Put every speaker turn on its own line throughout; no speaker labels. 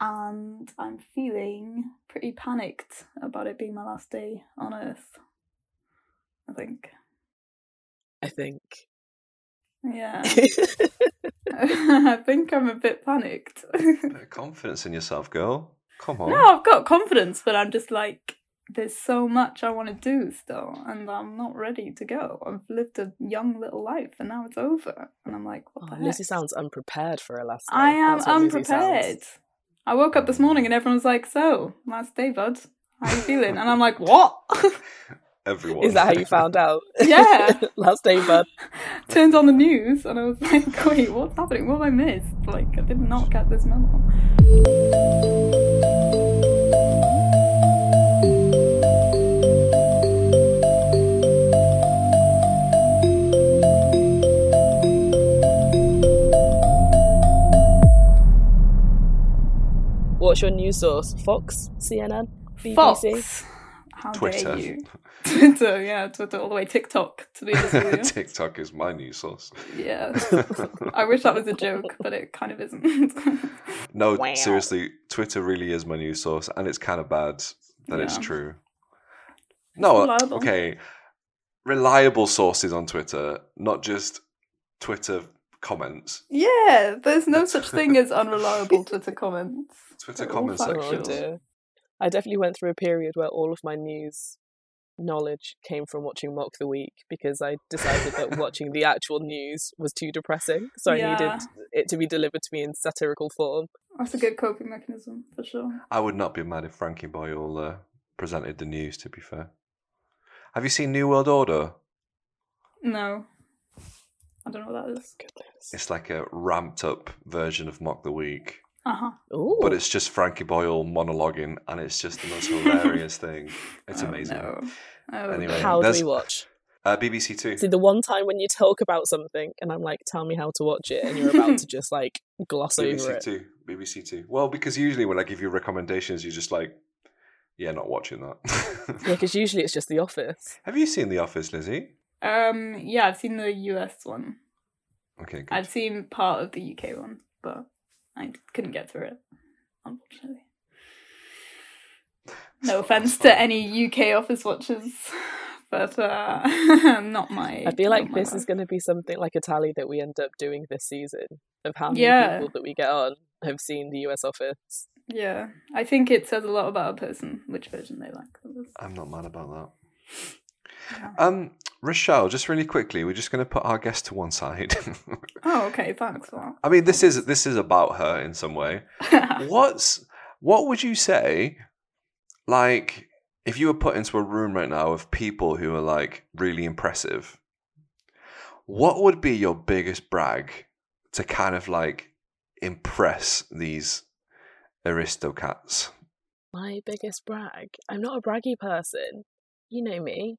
and I'm feeling pretty panicked about it being my last day on Earth. I think.
I think. Oh,
Yeah. I think I'm a bit panicked.
Bit of confidence in yourself, girl. Come on.
no, I've got confidence, but I'm just like, there's so much I want to do still, and I'm not ready to go. I've lived a young little life, and now it's over. And I'm like, what
Oh,
the heck?
Lizzie sounds unprepared for her last.
I
day.
am
That's what Lizzie sounds.
unprepared. I woke
Mm.
up this morning and everyone was like, "So, last day, bud, how you feeling?" And I'm like, "What?"
Everyone.
Is that how you found out?
Yeah.
last day, bud.
Turned on the news and I was like, "Wait, what's happening? What have I missed? Like, I did not get this memo."
What's your news source? Fox, CNN, BBC.
Fox, how
Twitter.
dare you? Twitter, yeah, Twitter all the way. TikTok, to be honest with
TikTok is my news source.
you. Yeah, I wish that was a joke, but it kind of isn't.
no,
Wow.
seriously, Twitter really is my news source, and it's kind of bad that it's
Yeah.
true. No,
reliable.
okay. Reliable sources on Twitter, not just Twitter comments.
yeah, there's no such thing as unreliable Twitter comments.
Twitter
They're all
comment
factual.
Oh
sections.
dear. I definitely went through a period where all of my news knowledge came from watching Mock the Week because I decided that watching the actual news was too depressing. So I
Yeah.
needed it to be delivered to me in satirical form.
That's a good coping mechanism for sure.
I would not be mad if Frankie Boyle uh, presented the news, to be fair. Have you seen New World Order?
No. I don't know what that is.
Goodness.
It's like a ramped up version of Mock the Week.
Uh huh.
Ooh.
but it's just Frankie Boyle monologuing, and it's just the most hilarious thing. It's amazing.
No. Oh,
Anyway.
no.
how do
That's-
we watch?
Uh, BBC Two.
See, the one time when you talk about something and I'm like, tell me how to watch it, and you're about to just like gloss over
BBC
it.
Two. BBC Two. Well, because usually when I give you recommendations, you're just like, "Yeah, not watching that."
Yeah, because usually it's just The Office.
Have you seen The Office, Lizzie?
Um. Yeah, I've seen the US one.
Okay, good.
I've seen part of the UK one, but I couldn't get through it, unfortunately. No
That's
offense
fine.
to any UK office watchers, but uh, not my.
I feel
not
like
my
this is
vibe.
going to be something like a tally that we end up doing this season of how many
Yeah.
people that we get on have seen The US Office.
Yeah, I think it says a lot about a person which version they like.
I'm not mad about
Yeah.
that. Um, Rochelle, just really quickly, we're just going to put our guest to one side.
Oh, okay. Thanks for
I mean, this is this is about her in some way.
that.
what's what would you say like if you were put into a room right now of people who are like really impressive what would be your biggest brag to kind of like impress these aristocrats
My biggest brag. I'm not a braggy person. You know me.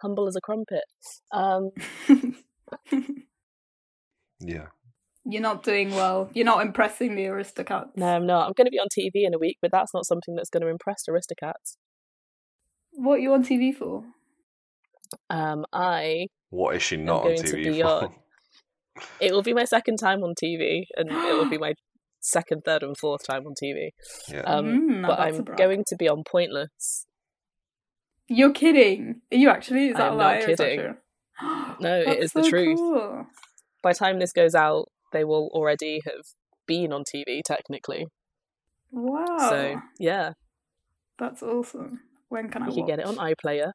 Humble as a crumpet. Um,
yeah
You're not doing well. You're not impressing the aristocrats.
no, I'm not. I'm going to be on TV in a week, but that's not something that's going to impress aristocrats.
What are you on TV for?
Um, I
what is she not on
going to be
tv
on-
for
It will be my second time on TV, and it will be my second, third, and fourth time on TV.
yeah
Um,
Mm, now
but
that's a
I'm
brag.
going to be on Pointless.
You're kidding. Are you actually? Is
I
that
am
a
not
lie? or is that
kidding.
true?
No, it
That's
is the
so
truth.
cool.
By the time this goes out, they will already have been on TV technically.
Wow.
So yeah,
That's awesome. When can Oh. I
you can get it on
watch?
iPlayer.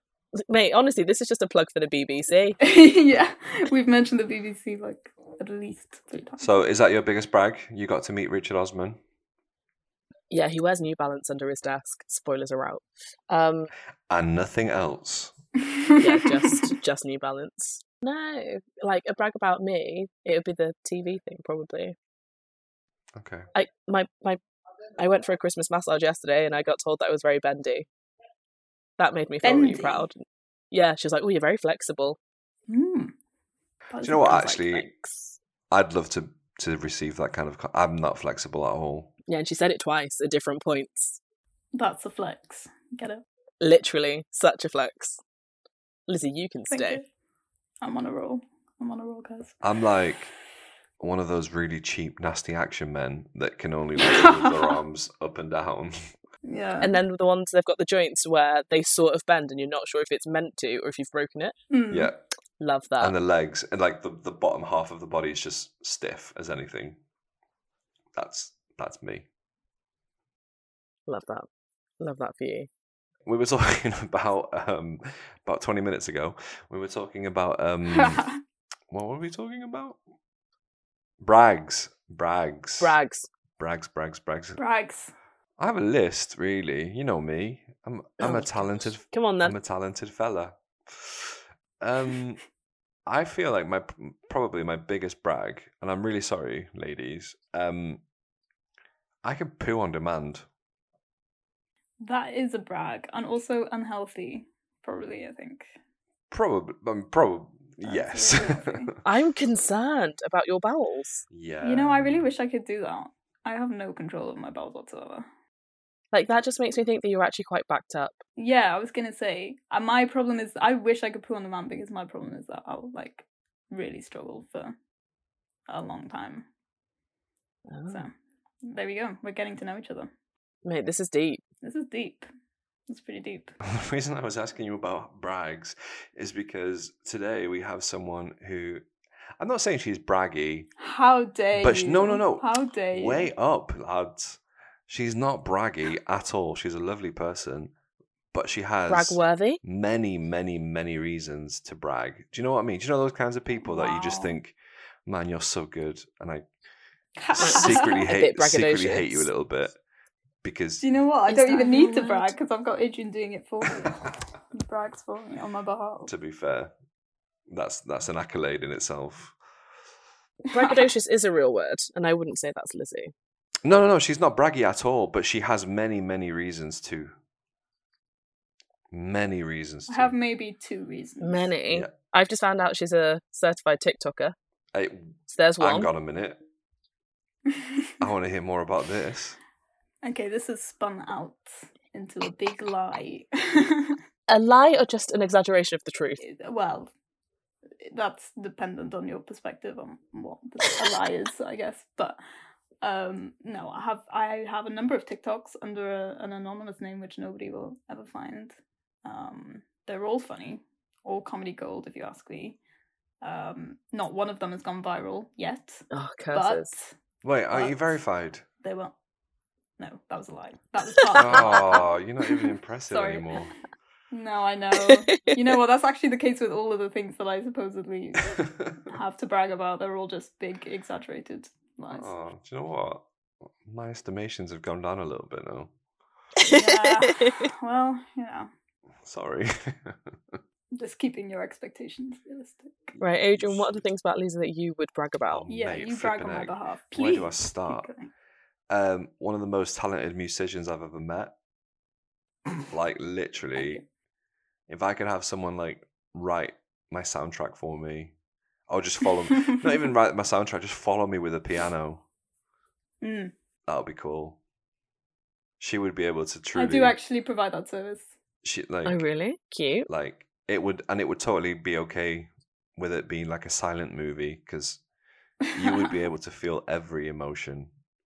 Mate, honestly, this is just a plug for the BBC.
yeah, we've mentioned the BBC like at least three times.
so is that your biggest brag you got to meet richard osman
Yeah, he wears New Balance under his desk. Spoilers are out. Um,
and nothing else
yeah, just just New Balance. No, like a brag about me, it would be the TV thing probably.
okay
I my my I went for a Christmas massage yesterday and I got told that I was very bendy. That made me feel really
Bendy?
proud. Yeah, she was like, "Oh, you're very flexible."
Mm. That
you
is
know what,
I
good.
was like,
actually-
"Thanks."
I'd love to to receive that kind of. Co- I'm not flexible at all.
yeah, and she said it twice at different points.
That's a flex. Get it?
Literally, such a flex. Lizzie, you can
Thank
stay.
you. I'm on a roll. I'm on a roll, guys.
I'm like one of those really cheap, nasty action men that can only like, move their arms up and down.
Yeah.
And then the ones they've got the joints where they sort of bend and you're not sure if it's meant to or if you've broken it.
Mm.
Yeah,
Love that.
and the legs and like the, the bottom half of the body is just stiff as anything. That's that's me.
Love that. Love that for you.
We were talking about um about 20 minutes ago. We were talking about um what were we talking about? Brags, brags,
Brags.
brags, brags, brags.
Brags.
I have a list, really. You know me. I'm I'm
Oh,
a talented
Come on
I'm
then.
a talented fella. Um, I feel like my probably my biggest brag, and I'm really sorry, ladies. Um, I can poo on demand.
That is a brag, and also unhealthy. Probably, I think.
Probably, um, probably,
That's
yes.
really healthy.
I'm concerned about your bowels.
yeah.
You know, I really wish I could do that. I have no control over my bowels whatsoever.
Like that just makes me think that you're actually quite backed up.
Yeah, I was gonna say uh, my problem is I wish I could poo on the man because my problem is that I'll like really struggle for a long time.
Oh.
Oh.
So there we go. We're getting to know each other.
Mate, this is deep.
This is deep. It's pretty deep.
The reason I was asking you about brags is because today we have someone who, I'm not saying she's braggy.
How dare
But sh-
you?
no, no, no.
How dare you?
Way up, lads. She's not braggy at all. She's a lovely person, but she has
Brag worthy.
many, many, many reasons to brag. Do you know what I mean? Do you know those kinds of people that you just
Wow.
think, man, you're so good, and I secretly
A
hate
bit
secretly hate you a
braggadocious.
little bit because
Do you know what? I
Is
don't
that
even
a
need to
word?
brag because I've got Adrian doing it for me. he brags for me on my behalf.
to be fair, that's that's an accolade in itself.
Braggadocious is a real word, and I wouldn't say that's Lizzie.
No, no, no. She's not braggy at all, but she has many, many reasons to. Many reasons. To.
I have maybe two reasons.
Many.
Yeah.
I've just found out she's a certified TikToker.
Hey,
So there's one.
hang on a minute. I want to hear more about this.
okay, this is spun out into a big lie.
A lie or just an exaggeration of the truth?
well, that's dependent on your perspective on what the- a lie is, I guess. But um, no, I have I have a number of TikToks under a, an anonymous name which nobody will ever find. Um, they're all funny, all comedy gold, if you ask me. Um, not one of them has gone viral yet,
Oh, curses.
but
Wait, aren't you
But-
verified?
they were. No, that was a lie. That was part of it.
Oh, you're not even impressive
Sorry.
anymore.
No, I know. you know what? That's actually the case with all of the things that I supposedly have to brag about. They're all just big, exaggerated lies.
oh, do you know what? My estimations have gone down a little bit now.
Yeah. well, you know,
Sorry.
just keeping your expectations realistic.
right, Adrian, what are the things about Lizzie that you would brag about?
Oh,
Yeah,
mate,
you brag on
flipping
my
heck.
behalf. Please.
Where do I
keep
start?
going.
Um, one of the most talented musicians I've ever met. Like literally, if I could have someone like write my soundtrack for me, I'll just follow. not even write my soundtrack. Just follow me with a piano.
Mm,
That would be cool. She would be able to
I
truly.
do actually provide that service.
She, like,
Oh, really? Cute.
like it would and it would totally be okay with it being like a silent movie because you would be able to feel every emotion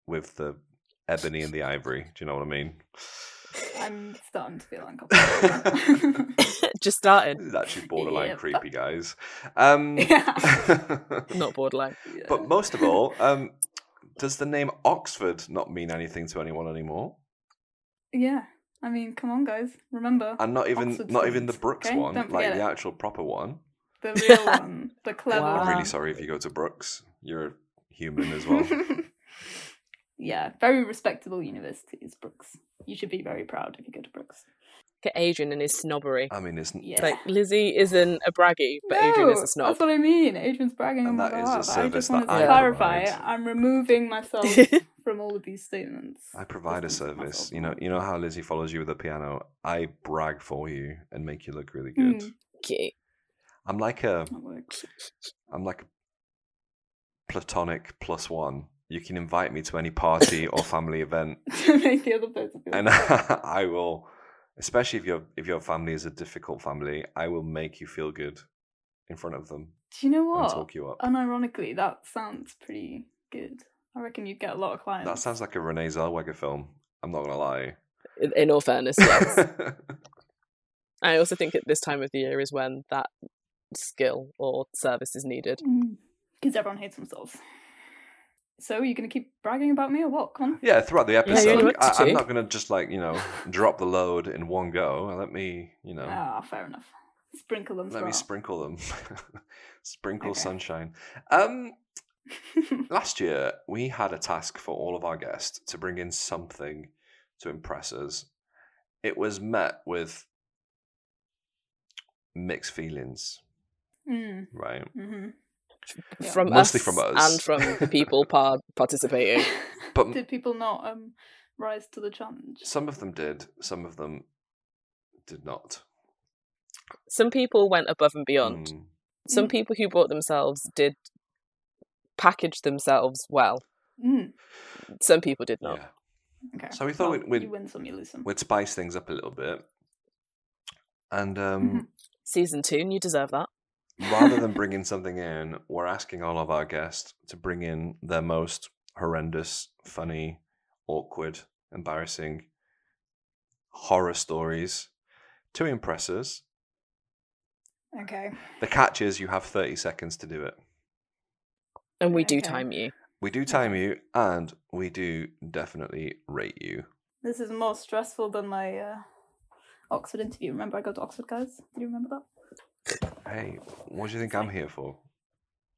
with the ebony and the ivory do you know what i mean
I'm starting to feel uncomfortable.
just started.
this is actually borderline
Yeah, but-
creepy guys um
Yeah.
Not borderline.
but most of all um does the name oxford not mean anything to anyone anymore
yeah. I mean, come on, guys. Remember
and not even
Oxford
not even the
Street,
brooks
okay?
one
Don't
like
forget
the
it.
actual proper one
the real one, the clever
Wow.
one.
i'm
Ah.
really sorry if you go to brooks you're a human as well
yeah, very respectable universities, Brooks. You should be very proud if you go to Brooks.
at Adrian and his snobbery.
I mean, it's
Yeah.
Like Lizzie isn't a braggy, but Adrian is a snob.
That's what I mean. Adrian's bragging
And
on my
that is a
behalf. I
service
just wanted
that
to
I
clarify.
provide.
I'm removing myself from all of these statements.
I provide a
Just myself.
service. You know, you know how Lizzie follows you with a piano. I brag for you and make you look really good.
Mm.
Cute.
I'm like a,
That works.
I'm like a platonic plus one. You can invite me to any party or family event,
to make the other person feel
and
bad.
I will. Especially if your if your family is a difficult family, I will make you feel good in front of them
Do you know
and
what?
talk you up.
Unironically, that sounds pretty good. I reckon you'd get a lot of clients.
That sounds like a Renee Zellweger film. I'm not gonna lie.
In, in all fairness, yes. I also think at this time of the year is when that skill or service is needed.
because Mm. everyone hates themselves. So are you going to keep bragging about me or what? Come on.
yeah, throughout the
you're
episode,
not
I, I'm
to.
not gonna just like you know drop the load in one go. Let me you know
Ah, fair enough. Sprinkle them.
let me
throughout.
sprinkle them, sprinkle
Okay.
sunshine. Um, last year we had a task for all of our guests to bring in something to impress us. It was met with mixed feelings,
mm,
right?
mhm. Yeah.
From
Mostly
us
from us.
and from the people par- participating.
But
Did people not um rise to the challenge?
some of them did, some of them did not.
Some people went above and beyond.
Mm.
Some
Mm.
people who bought themselves did package themselves well.
Mm,
Some people did not.
Yeah.
okay.
So we thought
Well,
we'd- we'd-
you win some, you lose some.
We'd spice things up a little bit. And um,
Season two, and you deserve that.
rather than bringing something in, we're asking all of our guests to bring in their most horrendous, funny, awkward, embarrassing horror stories to impress us.
Okay.
The catch is you have 30 seconds to do it.
And we do
Okay.
time you.
We do time you and we do definitely rate you.
This is more stressful than my uh, Oxford interview. Remember, I go to Oxford, guys. Do you remember
Hey, what do you think I'm here for?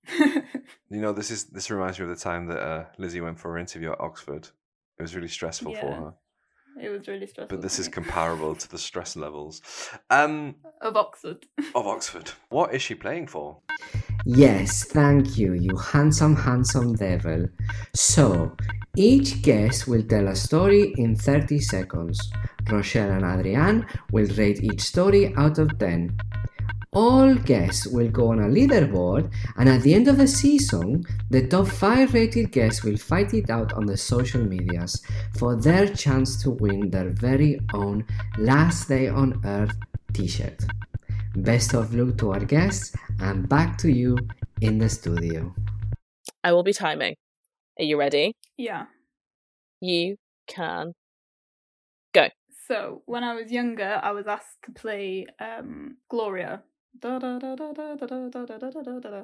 that?
You know, this is this reminds me of the time that uh, Lizzie went for her interview at Oxford. It was really stressful for
Yeah.
her,
it was really stressful.
but this
for
is
me.
comparable to the stress levels um,
of Oxford.
of Oxford. What is she playing for?
Yes, thank you, you handsome, handsome devil. So, each guest will tell a story in 30 seconds. Rochelle and Adrian will rate each story out of 10. All guests will go on a leaderboard, and at the end of the season, the top 5 rated guests will fight it out on the social medias for their chance to win their very own Last Day on Earth t shirt. Best of luck to our guests and back to you in the studio.
I will be timing. Are you ready?
Yeah.
You can.
So when I was younger, I was asked to play um, Gloria. Da, da, da, da, da, da, da, da, da, da, da, da, da, da.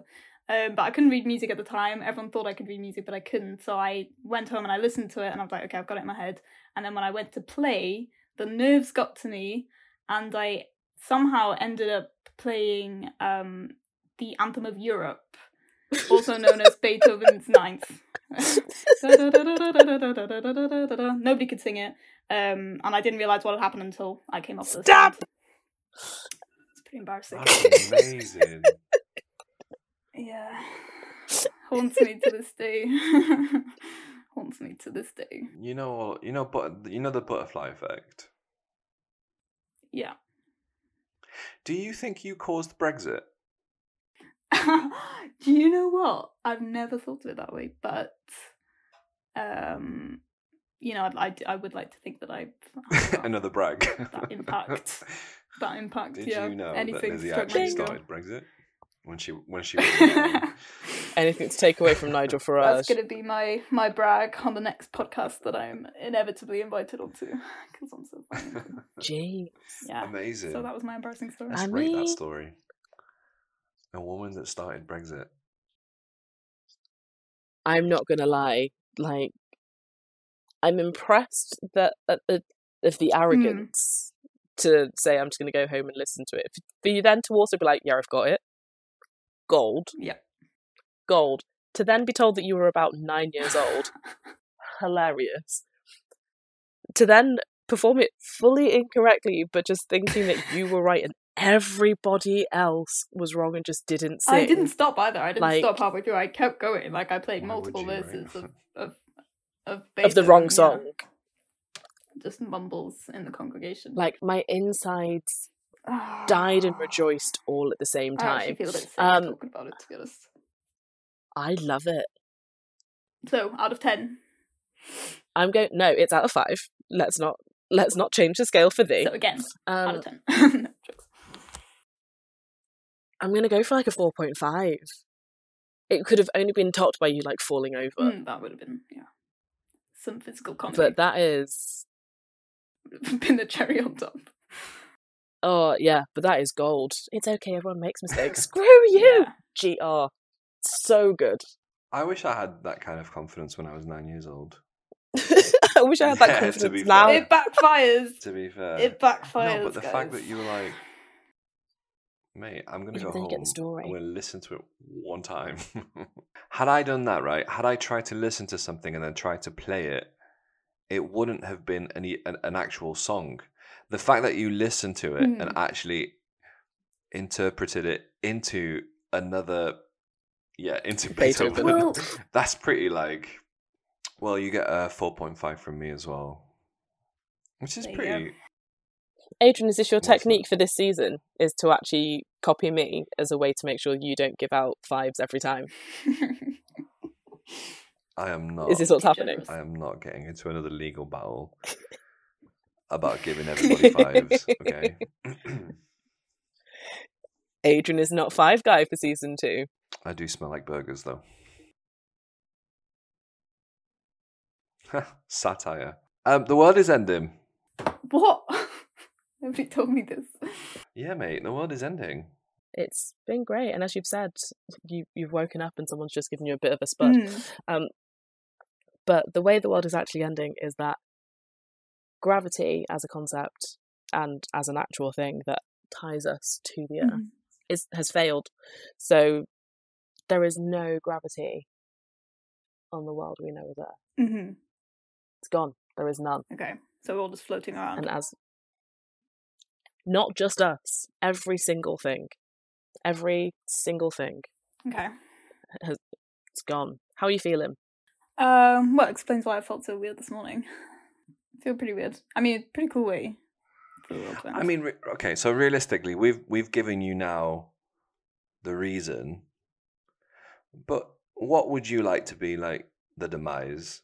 Um, but I couldn't read music at the time. Everyone thought I could read music, but I couldn't. So I went home and I listened to it, and I was like, okay, I've got it in my head. And then when I went to play, the nerves got to me, and I somehow ended up playing um, the anthem of Europe, also known as Beethoven's Ninth. Da, da, da, da, da, da, da, da, da, da, da, da, da, da. Nobody could sing it. Um, and I didn't realize what had happened until I came off the
Stop!
stand. It's pretty embarrassing.
That's amazing.
Yeah, haunts me to this day. haunts me to this day.
you know, you know, but you know the butterfly effect.
Yeah.
Do you think you caused Brexit?
Do you know what? I've never thought of it that way, but um, you know, I'd, I'd, I would like to think that I
Another brag.
Ah. that impact. that impact.
Did
yeah,
you know that
anything
Lizzie
struck my
actually
Bingo.
soul.
started Brexit when she when she was in London?
Anything to take away from Nigel Farage.
That's going to be my my brag on the next podcast that I'm inevitably invited onto because I'm so funny.
Gee.
Yeah.
amazing.
So that was my embarrassing story.
Let's
I
rate that
mean-
story. A woman that started Brexit.
I'm not gonna lie, like I'm impressed that uh, uh, of
Mm.
the arrogance to say I'm just gonna go home and listen to it. F- For you then to also be like, yeah, I've got it, gold,
Yeah.
gold. To then be told that you were about nine years old, hilarious. To then perform it fully incorrectly, but just thinking that you were right and everybody else was wrong and just didn't sing.
I didn't stop either. I didn't
Like-
stop halfway through. I kept going. Like I played
Why
multiple
would you, right?
verses of of of,
of the
Beethoven,
wrong
yeah.
song.
Just mumbles in the congregation.
Like my insides died and rejoiced all at the same
I actually
time.
feel a bit sick
Um,
talking about it. To be honest.
I love it.
So out of ten,
I'm going. No, it's out of five. Let's not. Let's not change the scale for thee.
so again, out
Um,
of ten. No, jokes.
I'm gonna go for like a four point five. It could have only been topped by you like falling over,
Mm, that would have been yeah, some physical comedy.
but that is
would have been the cherry on top.
oh yeah, but that is gold. It's okay. Everyone makes mistakes. Screw you, gr. So good.
I wish I had that kind of confidence when I was nine years old.
I wish I had that
Yeah, to be
confidence
fair.
now.
Oh.
It backfires.
To be fair,
it backfires.
no, but the
guys.
fact that you were like, mate, I'm gonna
You
go
didn't
home.
get the story.
I'm gonna listen to it one time. had I done that right, had I tried to listen to something and then tried to play it, it wouldn't have been any an, an actual song. The fact that you listened to it and
Hmm.
Mm.
actually interpreted it into another, yeah, into
Beethoven.
Beethoven.
Well-
That's pretty like. Well, you get a four point five from me as well, which is
There you go.
pretty.
Adrian, is this your
What's that?
technique for this season? Is to actually copy me as a way to make sure you don't give out fives every time?
I am not.
Is this what's
Be
happening?
generous.
I am not getting into another legal battle about giving everybody fives. Okay.
Adrian is not five guy for season two.
I do smell like burgers though. Satire. Um, the world is ending.
what? Nobody told me this.
Yeah, mate. The world is ending.
It's been great, and as you've said, you you've woken up and someone's just given you a bit of a spud.
Mm.
But the way the world is actually ending is that gravity, as a concept and as an actual thing that ties us to the earth,
Mm.
is has failed. So there is no gravity on the world we know as Earth.
Mhm.
It's gone. There is none.
Okay, so we're all just floating around.
And as not just us, every single thing, every single thing,
okay.
it's gone. How are you feeling?
Um, well, it explains why I felt so weird this morning. I feel pretty weird. I mean, pretty cool way. for the world to
I
end.
mean, re- okay. So realistically, we've we've given you now the reason, but what would you like to be like the demise?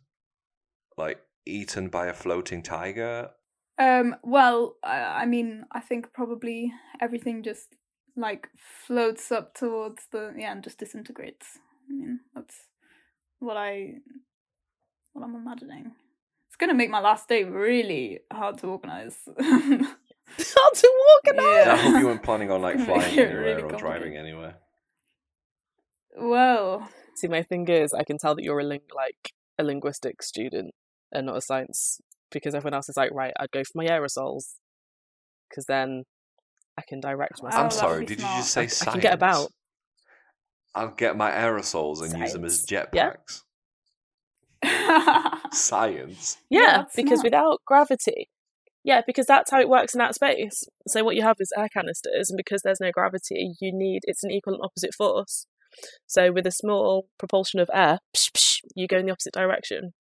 Like eaten by a floating tiger?
Um, well, I, I mean, I think probably everything just like floats up towards the yeah and just disintegrates. I mean, that's what I what I'm imagining. It's gonna make my last day really hard to organize.
Hard to
organise!
I hope you weren't planning on like
Make it
flying anywhere
really
or driving
complicated.
anywhere.
well,
See, my thing is, I can tell that you're a ling- like a linguistics student and not a science because everyone else is like, right, I'd go for my aerosols because then I can direct
Oh,
myself.
I'm
that
sorry,
would be
did you just say
smart.
science?
I can get about.
I'll get my aerosols and use them as
Science. Yeah.
jetpacks. Science.
Yeah,
Yeah,
that's
because
smart.
without gravity, yeah, because that's how it works in that space. So what you have is air canisters, and because there's no gravity, you need it's an equal and opposite force. So with a small propulsion of air, psh, psh, you go in the opposite direction.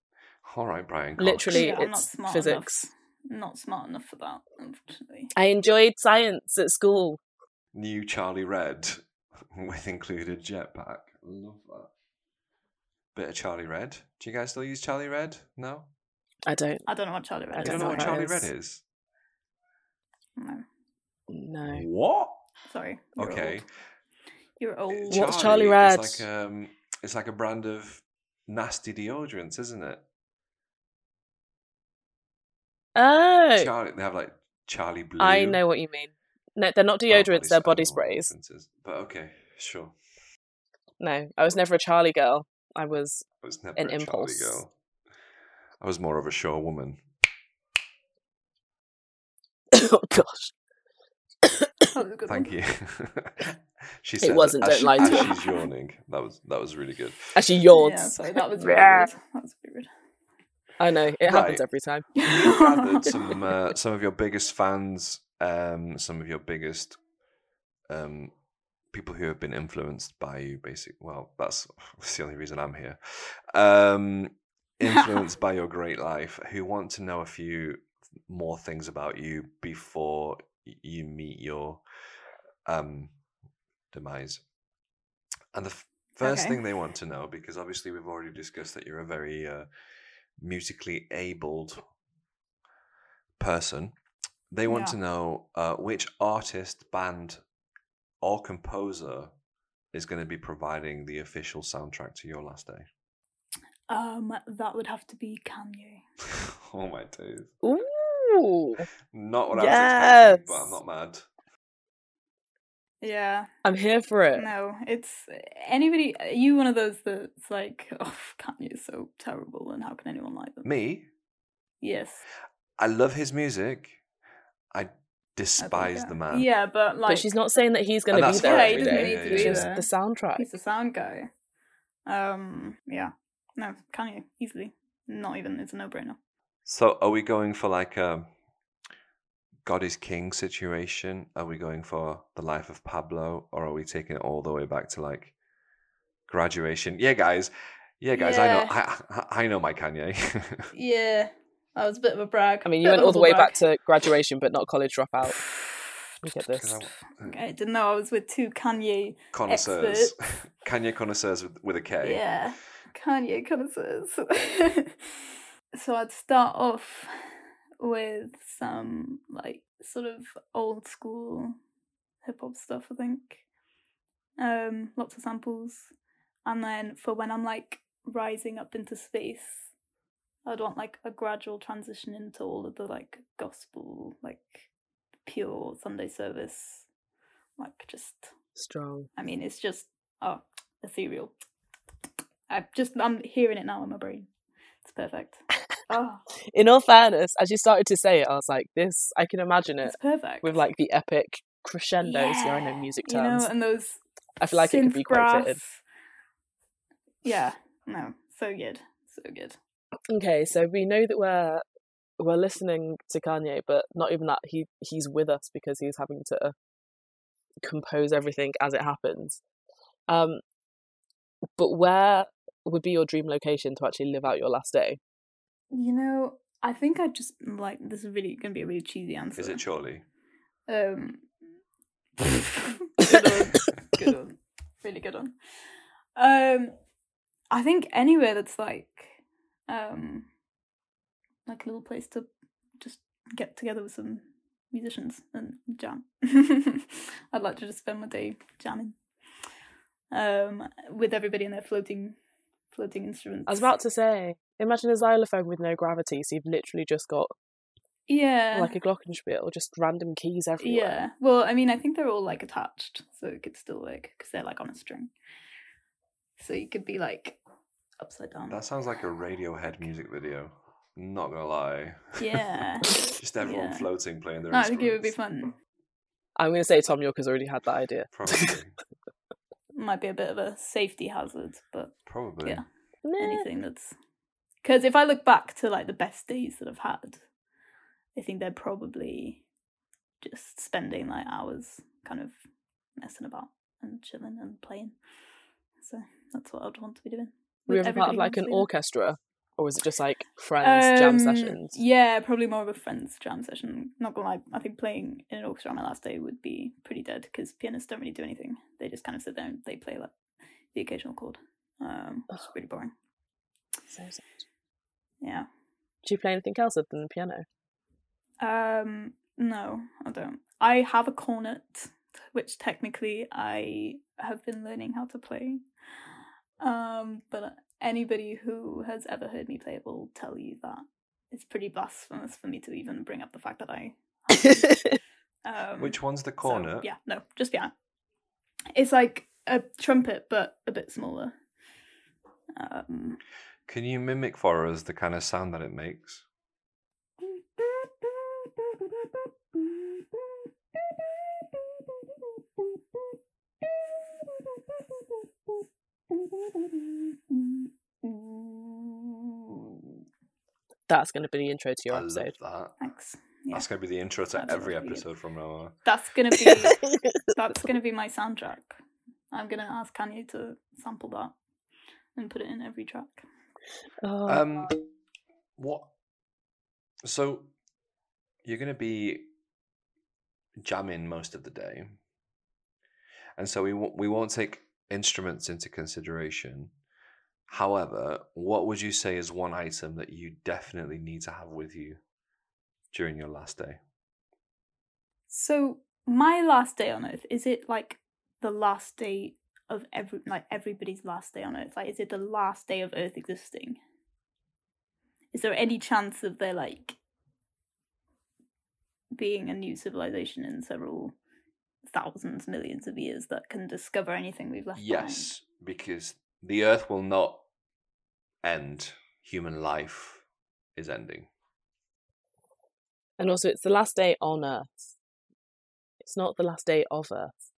All right, Brian. Cox.
Literally,
Yeah, I'm not
it's
smart enough.
physics.
not smart enough for that, unfortunately.
I enjoyed science at school.
New Charlie Red with included jetpack. Love that. Bit of Charlie Red. Do you guys still use Charlie Red? No?
I don't
I don't know what Charlie Red.
I
I
is.
don't
don't know
know what
what
Charlie
that
Red
is.
is.
No,
know.
What?
sorry. You're
Okay.
old. You're old.
What's Charlie Red?
It's like, um, it's like a brand of nasty deodorants, isn't it?
Oh,
Charlie, they have like Charlie Blue.
I know what you mean. No, they're not
Oh,
deodorants; they're
I
body
don't know what the
sprays.
difference is, But okay, sure.
No, I was never a Charlie girl. I was
I was never
An
a
impulse.
Charlie girl. I was more of a sure woman.
oh gosh,
That was a good
Thank
one.
you. she
It
said
wasn't,
As
don't
she,
lie to
as
her.
she's yawning. That was that was really good.
as she
Yeah,
yawns.
sorry, that was really
Yeah.
rude. That was really rude.
I know it happens
Right.
every time.
You've gathered some uh, some of your biggest fans, um, some of your biggest um, people who have been influenced by you. Basic. Well, that's, that's the only reason I'm here. Um, influenced by your great life, who want to know a few more things about you before y- you meet your um, demise. And the f- first
Okay.
thing they want to know, because obviously we've already discussed that you're a very uh, musically abled person, they want
Yeah.
to know uh, which artist, band, or composer is going to be providing the official soundtrack to your last day.
um, that would have to be Kanye.
oh my days.
Ooh,
Not what I was expecting, but
Yes.
I'm not mad.
Yeah,
I'm here for it.
no, it's anybody. Are you one of those that's like, oh, Kanye's so terrible, and how can anyone like them?
Me,
Yes,
I love his music. I despise
yeah.
the man.
Yeah, but like,
but she's not saying that he's going
And
to be
that's
there
fair,
every day.
yeah, yeah, yeah,
It's
yeah.
just the soundtrack.
He's a sound guy. Um, yeah, no, Kanye easily. Not even. It's a no-brainer.
So are we going for like a God is King situation? Are we going for the life of Pablo? Or are we taking it all the way back to like graduation? Yeah, guys. Yeah, guys,
Yeah.
I know I, I I know my Kanye.
Yeah, that was a bit of a brag.
I mean, you went all the way back to graduation, but not college dropout. Look at this.
I didn't know I was with two Kanye.
connoisseurs. Kanye connoisseurs with, with a K.
Yeah, Kanye connoisseurs. so I'd start off with some like sort of old school hip hop stuff. I think um, lots of samples, and then for when I'm like rising up into space. I'd want like a gradual transition into all of the like gospel, like pure Sunday service, like just
Strong.
I mean, it's just oh, ethereal. I just I'm hearing it now in my brain. It's perfect. Oh,
In all fairness, as you started to say it, I was like, this, I can imagine it
it's perfect.
with like the epic crescendos. Yeah, I know
Yeah,
music
you know,
terms.
and those
I feel like it could be
synth
quite
graphs.
fitted.
Yeah. No. So good. So good.
Okay, so we know that we're we're listening to Kanye, but not even that he he's with us because he's having to compose everything as it happens. Um, but where would be your dream location to actually live out your last day?
You know, I think I just like this is really gonna be a really cheesy answer.
Is it Chorley?
Um, good one. Good one. Really good one. Um, I think anywhere that's like, um, like a little place to just get together with some musicians and jam. I'd like to just spend my day jamming. Um, with everybody in their floating, floating instruments.
I was about to say, imagine a xylophone with no gravity, so you've literally just got
yeah,
like a glockenspiel, just random keys everywhere.
Yeah. Well, I mean, I think they're all like attached, so it could still work because they're like on a string. So you could be like upside down.
That sounds like a Radiohead music video. Not gonna lie.
Yeah.
Just everyone
Yeah.
floating playing their
no, I think it would be
instruments.
fun.
I'm going to say Tom York has already had that idea.
Probably.
Might be a bit of a safety hazard, but
Probably.
Yeah.
Nah.
anything that's because if I look back to like the best days that I've had, I think they're probably just spending like hours kind of messing about and chilling and playing. So that's what I'd want to be doing.
Were you
Would
ever part of
everybody want
like
to
an
be there?
orchestra, or is it just like friends jam
Um,
sessions?
Yeah, probably more of a friends jam session. Not gonna lie, I think playing in an orchestra on my last day would be pretty dead because pianists don't really do anything. They just kind of sit there and they play like the occasional chord. Um, it's pretty boring.
So sad.
Yeah.
Do you play anything else other than the piano?
Um, no, I don't. I have a cornet, which technically I have been learning how to play. Um, but anybody who has ever heard me play it will tell you that it's pretty blasphemous for me to even bring up the fact that I. Um,
Which one's the
so,
corner?
yeah, no, just piano. It's like a trumpet, but a bit smaller. Um,
Can you mimic for us the kind of sound that it makes?
That's going to be the intro to your
I
episode.
love that.
Thanks. Yeah.
That's going to be the intro to
That's
every
really good.
episode from now on.
That's gonna be that's gonna be my soundtrack. I'm gonna ask Kanye to sample that and put it in every track.
Oh,
Um, what? So, you're going to be jamming most of the day, and so we won't we won't take instruments into consideration. However, what would you say is one item that you definitely need to have with you during your last day?
So my last day on Earth is it like the last day of every like everybody's last day on Earth? Like, is it the last day of Earth existing? Is there any chance of there like being a new civilization in several thousands, millions of years that can discover anything we've left?
Yes, because the Earth will not end. Human life is ending.
and also, it's the last day on Earth. It's not the last day of Earth.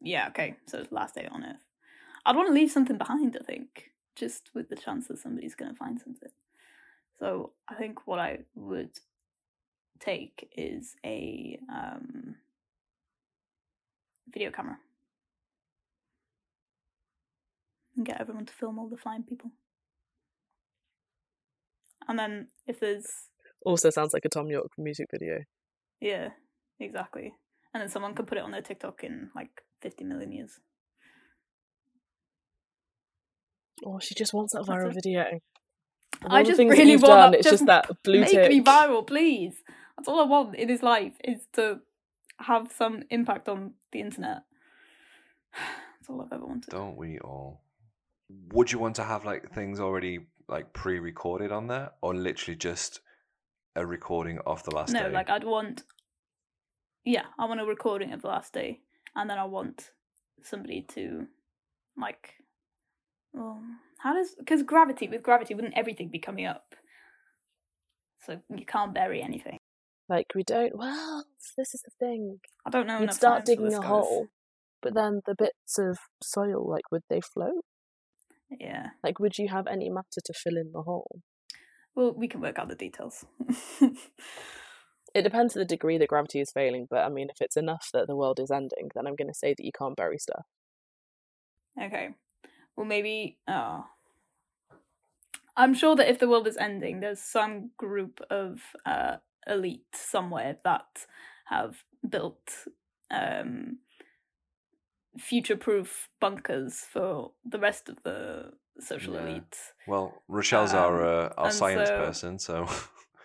Behind? Yeah. Okay. So it's the last day on Earth. I'd want to leave something behind. I think just with the chance that somebody's going to find something. So I think what I would take is a um, video camera and get everyone to film all the flying people. And then if there's
Also, sounds like a Tom York music video.
yeah, exactly. And then someone could put it on their TikTok in like fifty million years.
Oh, she just wants that
That's
viral
it.
video. Of
I
all the
just
things that
really
you've
want
done,
that-
It's just
just
that blue
Make
tick.
me viral, please. That's all I want in this life is to have some impact on the internet. That's all I've ever wanted.
Don't we all? Would you want to have like things already like pre-recorded on there, or literally just a recording of the last
no,
day?
like I'd want. Yeah, I want a recording of the last day, and then I want somebody to, like, um, how does because gravity with gravity wouldn't everything be coming up? So you can't bury anything.
Like we don't. Well, this is the thing.
I don't know.
You'd
enough
start
science for
digging
this,
a
guys.
hole, but then the bits of soil, like, would they float?
Yeah.
Like, would you have any matter to fill in the hole?
Well, we can work out the details.
It depends on the degree that gravity is failing, but I mean, if it's enough that the world is ending, then I'm going to say that you can't bury stuff.
Okay. Well, maybe. Oh. I'm sure that if the world is ending, there's some group of uh, elite somewhere that have built um, future proof bunkers for the rest of the social
Yeah.
elite.
Well, Rochelle's our uh, our
um, and
science
so-
person, so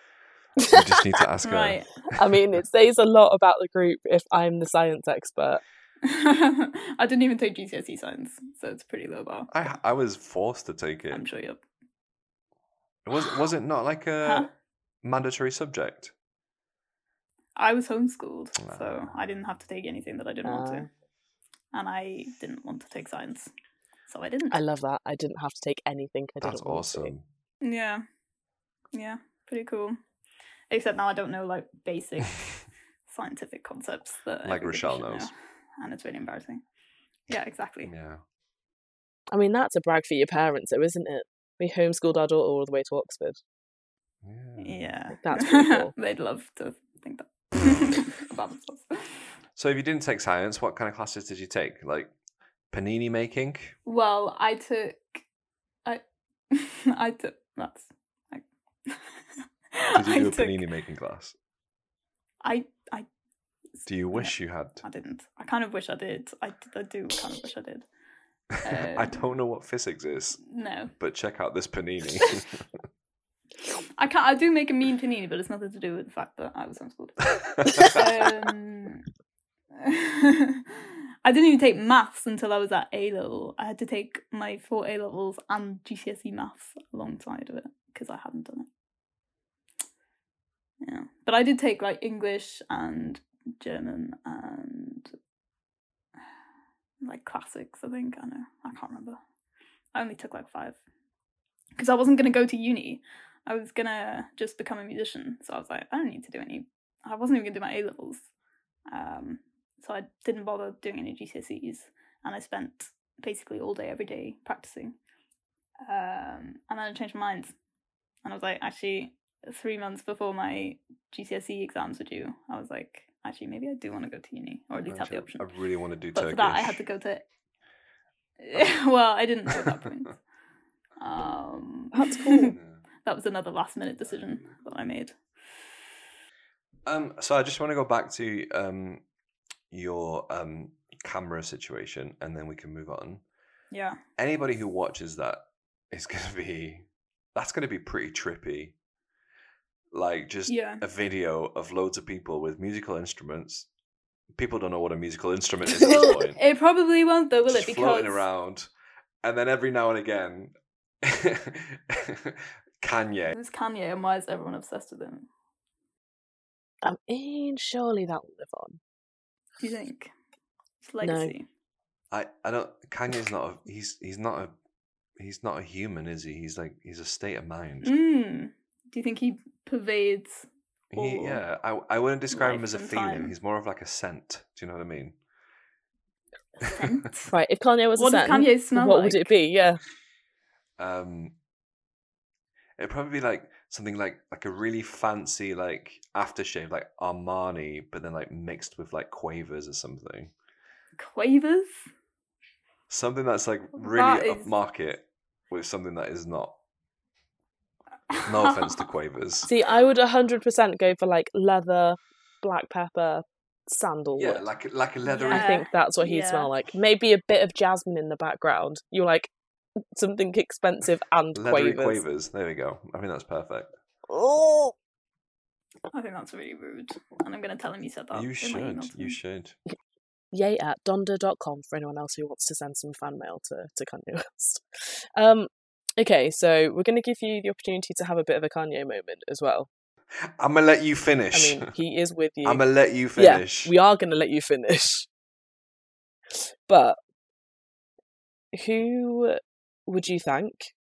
we just need to ask her.
Right.
I mean, it says a lot about the group if I'm the science expert.
I didn't even take GCSE E science, so it's pretty low bar.
I I was forced to take it.
I'm sure you're.
It was was it not like a
Huh?
mandatory subject?
I was homeschooled, so
Ah.
I didn't have to take anything that I didn't want to. And I didn't want to take science. So I didn't.
I love that. I didn't have to take anything. I didn't
That's
want to.
awesome.
yeah. Yeah. Pretty cool. Except now I don't know like basic scientific concepts that
Like
everybody
Rochelle
should know,
knows.
And it's really embarrassing. Yeah, exactly.
Yeah.
I mean, that's a brag for your parents, though, isn't it? We homeschooled our daughter all the way to Oxford.
yeah.
Yeah.
That's pretty cool.
They'd love to think that about themselves.
So if you didn't take science, what kind of classes did you take? Like panini making?
Well, I took, I, I took. That's. I,
Did you
I
do a
took-
panini making class?
I, I.
Do you
no,
wish you had?
I didn't. I kind of wish I did. I, d- I do kind of wish I did.
I
Um,
don't know what physics is,
No,
but check out this panini.
I can't. I do make a mean panini, but it's nothing to do with the fact that I was homeschooled. um, I didn't even take maths until I was at A level. I had to take my four A levels and GCSE E maths alongside of it because I hadn't done it. Yeah, but I did take like English and German and like classics. I think I know. I can't remember. I only took like five because I wasn't gonna go to uni. I was gonna just become a musician. So I was like, I don't need to do any I wasn't even gonna do my A levels, um, so I didn't bother doing any GCSEs, and I spent basically all day every day practicing. Um, and then I changed my mind, and I was like, actually, three months before my GCSE E exams were due, I was like, actually, maybe I do want to go to uni, or at least have the option.
I really want to do
but
Turkish.
for that, I had to go to. well, I didn't know what that point. Um,
That's cool.
Yeah.
that was another last minute decision that I made.
Um, so I just want to go back to um, your um, camera situation, and then we can move on.
Yeah.
Anybody who watches that is going to be that's going to be pretty trippy. Like just
Yeah.
a video of loads of people with musical instruments. People don't know what a musical instrument is at this
well,
point.
it probably won't though, will
just
it? Because
floating around, and then every now and again, Kanye.
Who's Kanye and why is everyone obsessed with him?
I mean, surely that will live on.
Do you think? It's
No.
legacy.
I I don't. Kanye's not. A, he's he's not a. He's not a human, is he? He's like he's a state of mind.
Mm. Do you think he pervades?
He,
or
yeah, I I wouldn't describe him
life
as a
and
feeling.
time.
He's more of like a scent. Do you know what I mean?
scent?
Right, if Kanye was
what
a
does
scent,
Kanye smell
what
like?
would it be? Yeah.
Um, it'd probably be like something like like a really fancy like aftershave, like Armani, but then like mixed with like Quavers or something.
Quavers?
Something that's like really
That is-
upmarket with something that is not. No offense to Quavers.
See, I would 100% go for like leather, black pepper, sandalwood.
Yeah, like like a leathery
I think that's what he'd
Yeah.
smell like. Maybe a bit of jasmine in the background. You're like something expensive and
Leathery
quavers.
quavers. There we go. I think that's perfect.
Oh,
I think that's really rude. And I'm going to tell him you said that.
you
in my email
should.
to
You
him.
should.
yay at donda.com for anyone else who wants to send some fan mail to, to Kanye West. Um, okay, so we're going to give you the opportunity to have a bit of a Kanye moment as well.
I'm gonna let you
I
finish.
mean, he is with you.
I'm gonna let you finish.
Yeah, we are going to let you finish. But who would you thank?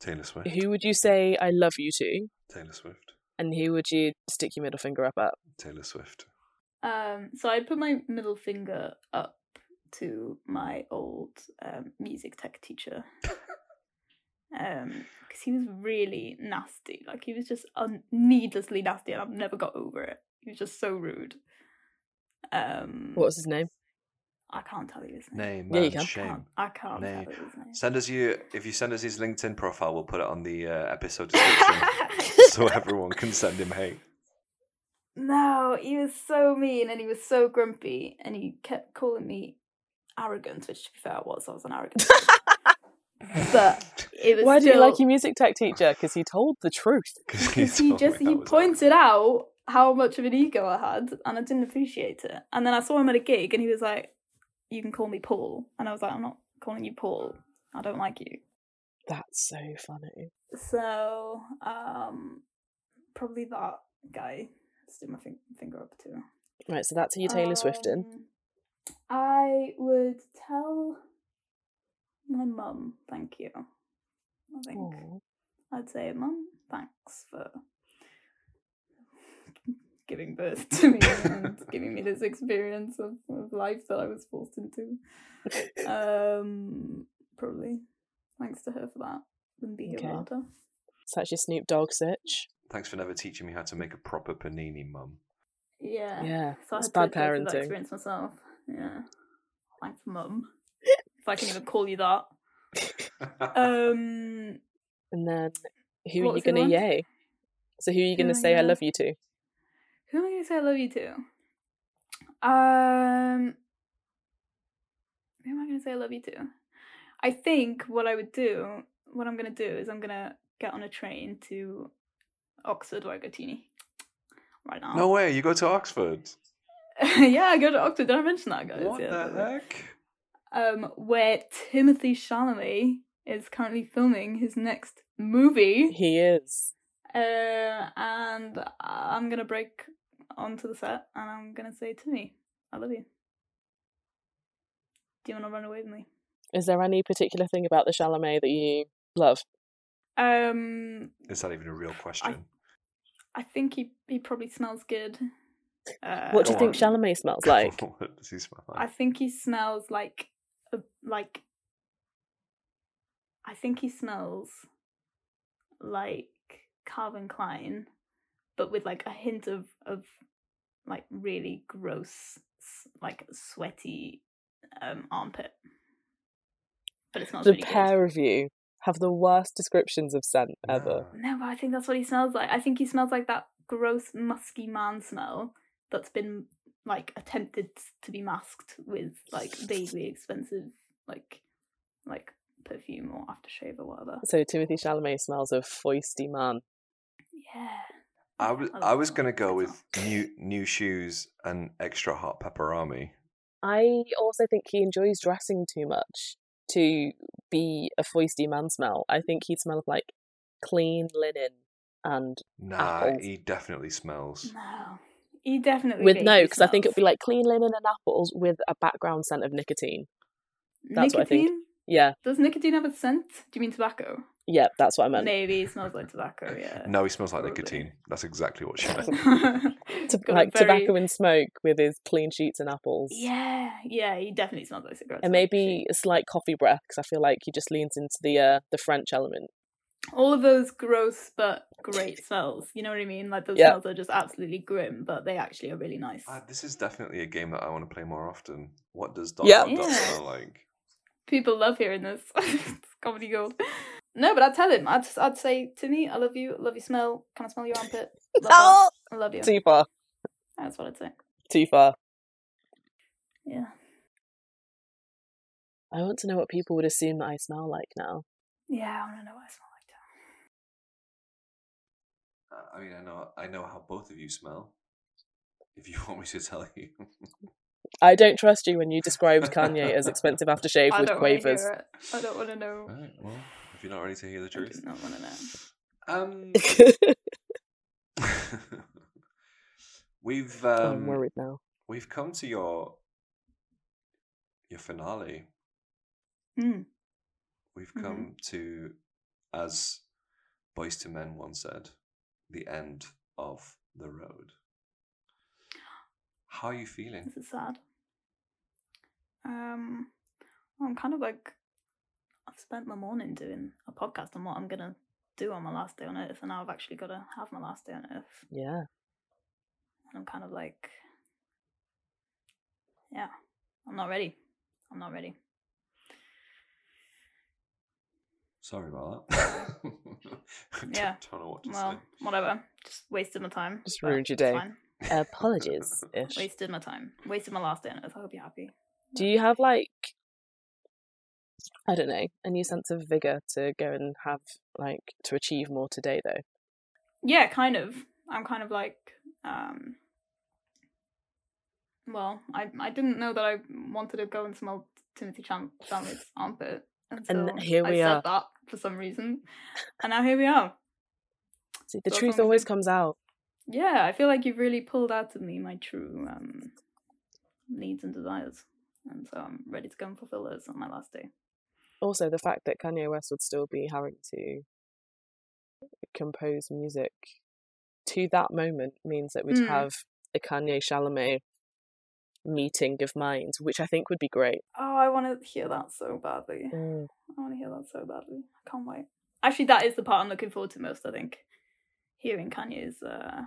Taylor Swift.
Who would you say I love you to?
Taylor Swift.
And who would you stick your middle finger up at?
Taylor Swift.
Um, so I put my middle finger up to my old um, music tech teacher. Um, because he was really nasty. Like he was just un- needlessly nasty, and I've never got over it. He was just so rude. Um,
What was his name?
I can't tell you his name.
Name.
Yeah, you
man,
I
can.
can't,
Shame.
I can't
Name.
tell you his name.
Send us you if you send us his LinkedIn profile, we'll put it on the uh, episode description so everyone can send him hate.
No, he was so mean and he was so grumpy and he kept calling me arrogant, which to be fair I was, I was an arrogant. kid. but it was
Why do you like
still-
your music tech teacher? Because he told the truth.
because he
told
just
me that
he
was
pointed out how much of an ego I had, and I didn't appreciate it. And then I saw him at a gig, and he was like, "You can call me Paul," and I was like, "I'm not calling you Paul. I don't like you."
That's so funny.
So, um, probably that guy. Stick my fin- finger up to.
Right, so that's who you Taylor Swiftin.
Um, I would tell my mum, thank you. I think
Aw.
I'd say, Mum, thanks for giving birth to me and giving me this experience of, of life that I was forced into. Um, probably. Thanks to her for that. Wouldn't be here
Okay.
without her.
It's actually Snoop Dogg search.
Thanks for never teaching me how to make a proper panini, mum.
Yeah.
Yeah,
So I
that's
had
bad
to go through that
parenting.
experience myself. Yeah. Thanks, Mum. if I can even call you that. Um,
And then who
What
are you
was the
going to
one?
yay? So who are you
Who
going to
am I
say I
gonna-
love you to?
who am I going to say I love you to? Um, who am I going to say I love you to? I think what I would do, what I'm going to do is I'm going to get on a train to Oxford where I go to uni right now.
no way, you go to Oxford.
yeah, I go to Oxford. Did I mention that, guys?
What
Yeah,
the
but-
heck?
um, where Timothy Chalamet is currently filming his next movie.
He is.
Uh, and I'm gonna break onto the set and I'm gonna say, Timmy, I love you. Do you wanna run away with me?
Is there any particular thing about the Chalamet that you love?
Um,
Is that even a real question?
I think he, he probably smells good. Uh,
What do you
Go
think
on.
Chalamet smells like?
what does he smell
I
like?
think he smells like, a, like. I think he smells like Calvin Klein, but with like a hint of of like really gross, s- like sweaty um armpit. But it's not
the
really good.
pair of you have the worst descriptions of scent ever.
No, but I think that's what he smells like. I think he smells like that gross, musky man smell that's been like attempted to be masked with like vaguely expensive, like, like perfume or aftershave or whatever.
So Timothy Chalamet smells of foisty man.
Yeah.
I
Yeah,
was
I
I
love
was
that.
gonna go
That's
with new new shoes and extra hot pepperami.
I also think he enjoys dressing too much to be a foisty man smell. I think he'd smell of like clean linen and
Nah,
Apples.
he definitely smells.
No. He definitely
with no,
vaguely
because I think
smells.
it'd be like clean linen and apples with a background scent of nicotine. that's what I think.
nicotine.
Yeah,
Does nicotine have a scent? Do you mean tobacco?
yeah, that's what I meant.
Maybe it smells like tobacco. Yeah.
Eh, No, he smells like
Probably.
nicotine. That's exactly what she meant.
To-
Got a
like
very-
tobacco and smoke with his clean sheets and apples.
Yeah, yeah, he definitely smells like cigarettes.
And
though,
maybe a slight coffee breath because I feel like he just leans into the uh, the French element.
actually. all of those gross but great smells. You know what I mean? Like those
Yeah.
smells are just absolutely grim, but they actually are really nice.
Ah, this is definitely a game that I want to play more often. What does Dot
Yeah.
Dot Dot
Yeah.
smell like?
People love hearing this. it's comedy gold. No, but I'd tell him. I'd I'd say Timmy, I love you. I Love your smell. Can I smell your armpit? Love that.
Oh.
I love you.
Too far,
That's what I'd say.
too far.
Yeah.
I want to know what people would assume that I smell like now.
Yeah, I want to know what I smell like. too.
Uh, I mean, I know, I know how both of you smell. If you want me to tell you,
I don't trust you when you described Kanye as expensive aftershave
I
with
don't want to
quavers.
hear it. I don't want to know.
Alright, well, if you're not ready to hear the
I do
truth,
not want to know.
um,
I'm
we've um,
Oh,
worried now.
we've come to your your finale.
Mm.
We've
Mhm.
come to, as Boys to Men once said, the end of the road. How are you feeling?
This is sad. Um, well, I'm kind of like I've spent my morning doing a podcast on what I'm gonna do on my last day on Earth, and now I've actually got to have my last day on Earth,
Yeah.
and I'm kind of like, yeah, I'm not ready. I'm not ready.
Sorry about that. Don't-
Yeah.
Don't know what to
Well, whatever. Just wasted my time.
Just
but
ruined your
it's
day.
fine.
say.
Apologies. ish.
Wasted my time. Wasted my last day on Earth. I hope you're happy.
Do you have like I don't know, a new sense of vigor to go and have like to achieve more today though?
yeah kind of i'm kind of like um well i i didn't know that i wanted to go and smell timothy Cham- chalamet's armpit until
here we
i
are.
said that for some reason and now here we are
See, the
That's
truth
what I'm
always
thinking.
comes out.
yeah i feel like you've really pulled out of me my true um needs and desires and so i'm ready to go and fulfill those on my last day
Also, the fact that Kanye West would still be having to compose music to that moment means that we'd
Mm.
have a Kanye Chalamet meeting of minds, which I think would be great.
oh i want to hear that so badly
Mm.
I want to hear that so badly. I can't wait. Actually, that is the part I'm looking forward to most. I think hearing Kanye's uh,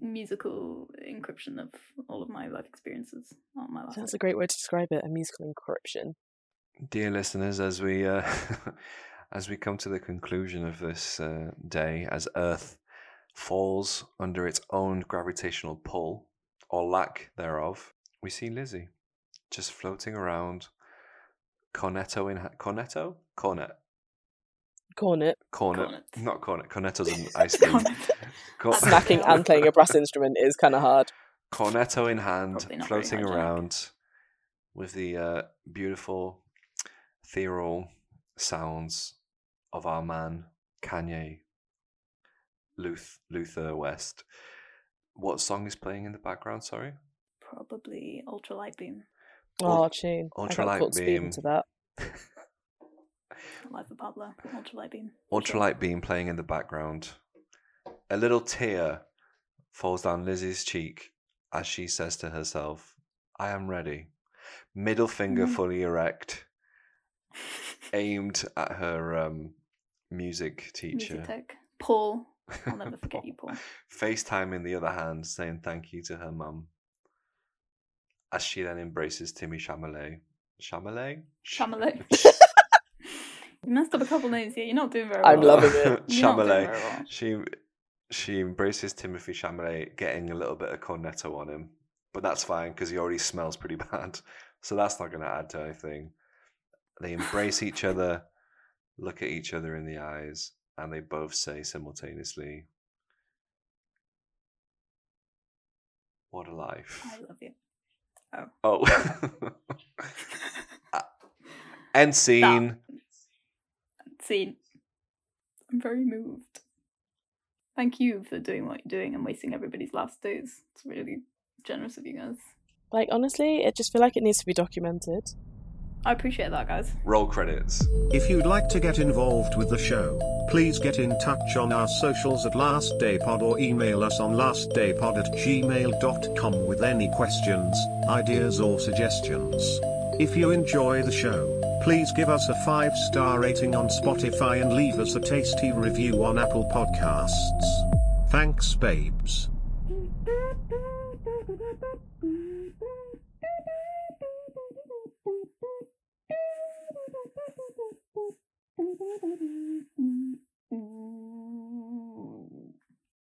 musical encryption of all of my life experiences on my last.
That's
day.
a great way to describe it, a musical encryption.
Dear listeners, as we uh, as we come to the conclusion of this uh, day, as Earth falls under its own gravitational pull or lack thereof, we see Lizzie just floating around, cornetto in ha- cornetto, cornet,
Cornet,
cornet,
Cornet.
not cornet. Cornetto's an ice cream.
Cornet.
Cor-
That's
smacking
Yeah.
and playing a brass instrument is kind of hard.
cornetto
Probably
in hand,
not very
floating
hygienic.
around with the uh, beautiful ethereal sounds of our man Kanye Luth- Luther West. What song is playing in the background? Sorry,
Probably ultra light beam.
Oh,
Ul-
tune. I
Ultra
got
Light
caught speeding
Beam.
to that.
The Life of Pablo. Ultra light beam.
ultralight beam playing in the background. A little tear falls down Lizzie's cheek as she says to herself, "I am ready." Middle finger
Mm.
fully erect. aimed at her um, music teacher.
Music tech. Paul. I'll never forget you, Paul.
FaceTime, in the other hand, saying thank you to her mum. As she then embraces Timmy Chamelet. Chamelet?
Chamelet. you messed up a couple names here. You're not doing very well.
I'm loving it.
You're not doing
Chamelet.
very well.
She she embraces Timothy Chamelet, getting a little bit of cornetto on him, but that's fine because he already smells pretty bad, so that's not going to add to anything. They embrace each other, look at each other in the eyes, and they both say simultaneously, "What a
I
life!"
love you.
Oh, Uh, end scene.
Scene. I'm very moved. Thank you for doing what you're doing and wasting everybody's last days. It's really generous of you guys.
Like honestly, I just feel like it needs to be documented.
I appreciate that, guys.
Roll credits.
If you'd like to get involved with the show, please get in touch on our socials at LastDayPod or email us on lastdaypod at gmail.com with any questions, ideas, or suggestions. If you enjoy the show, please give us a five star rating on Spotify and leave us a tasty review on Apple Podcasts. Thanks, babes.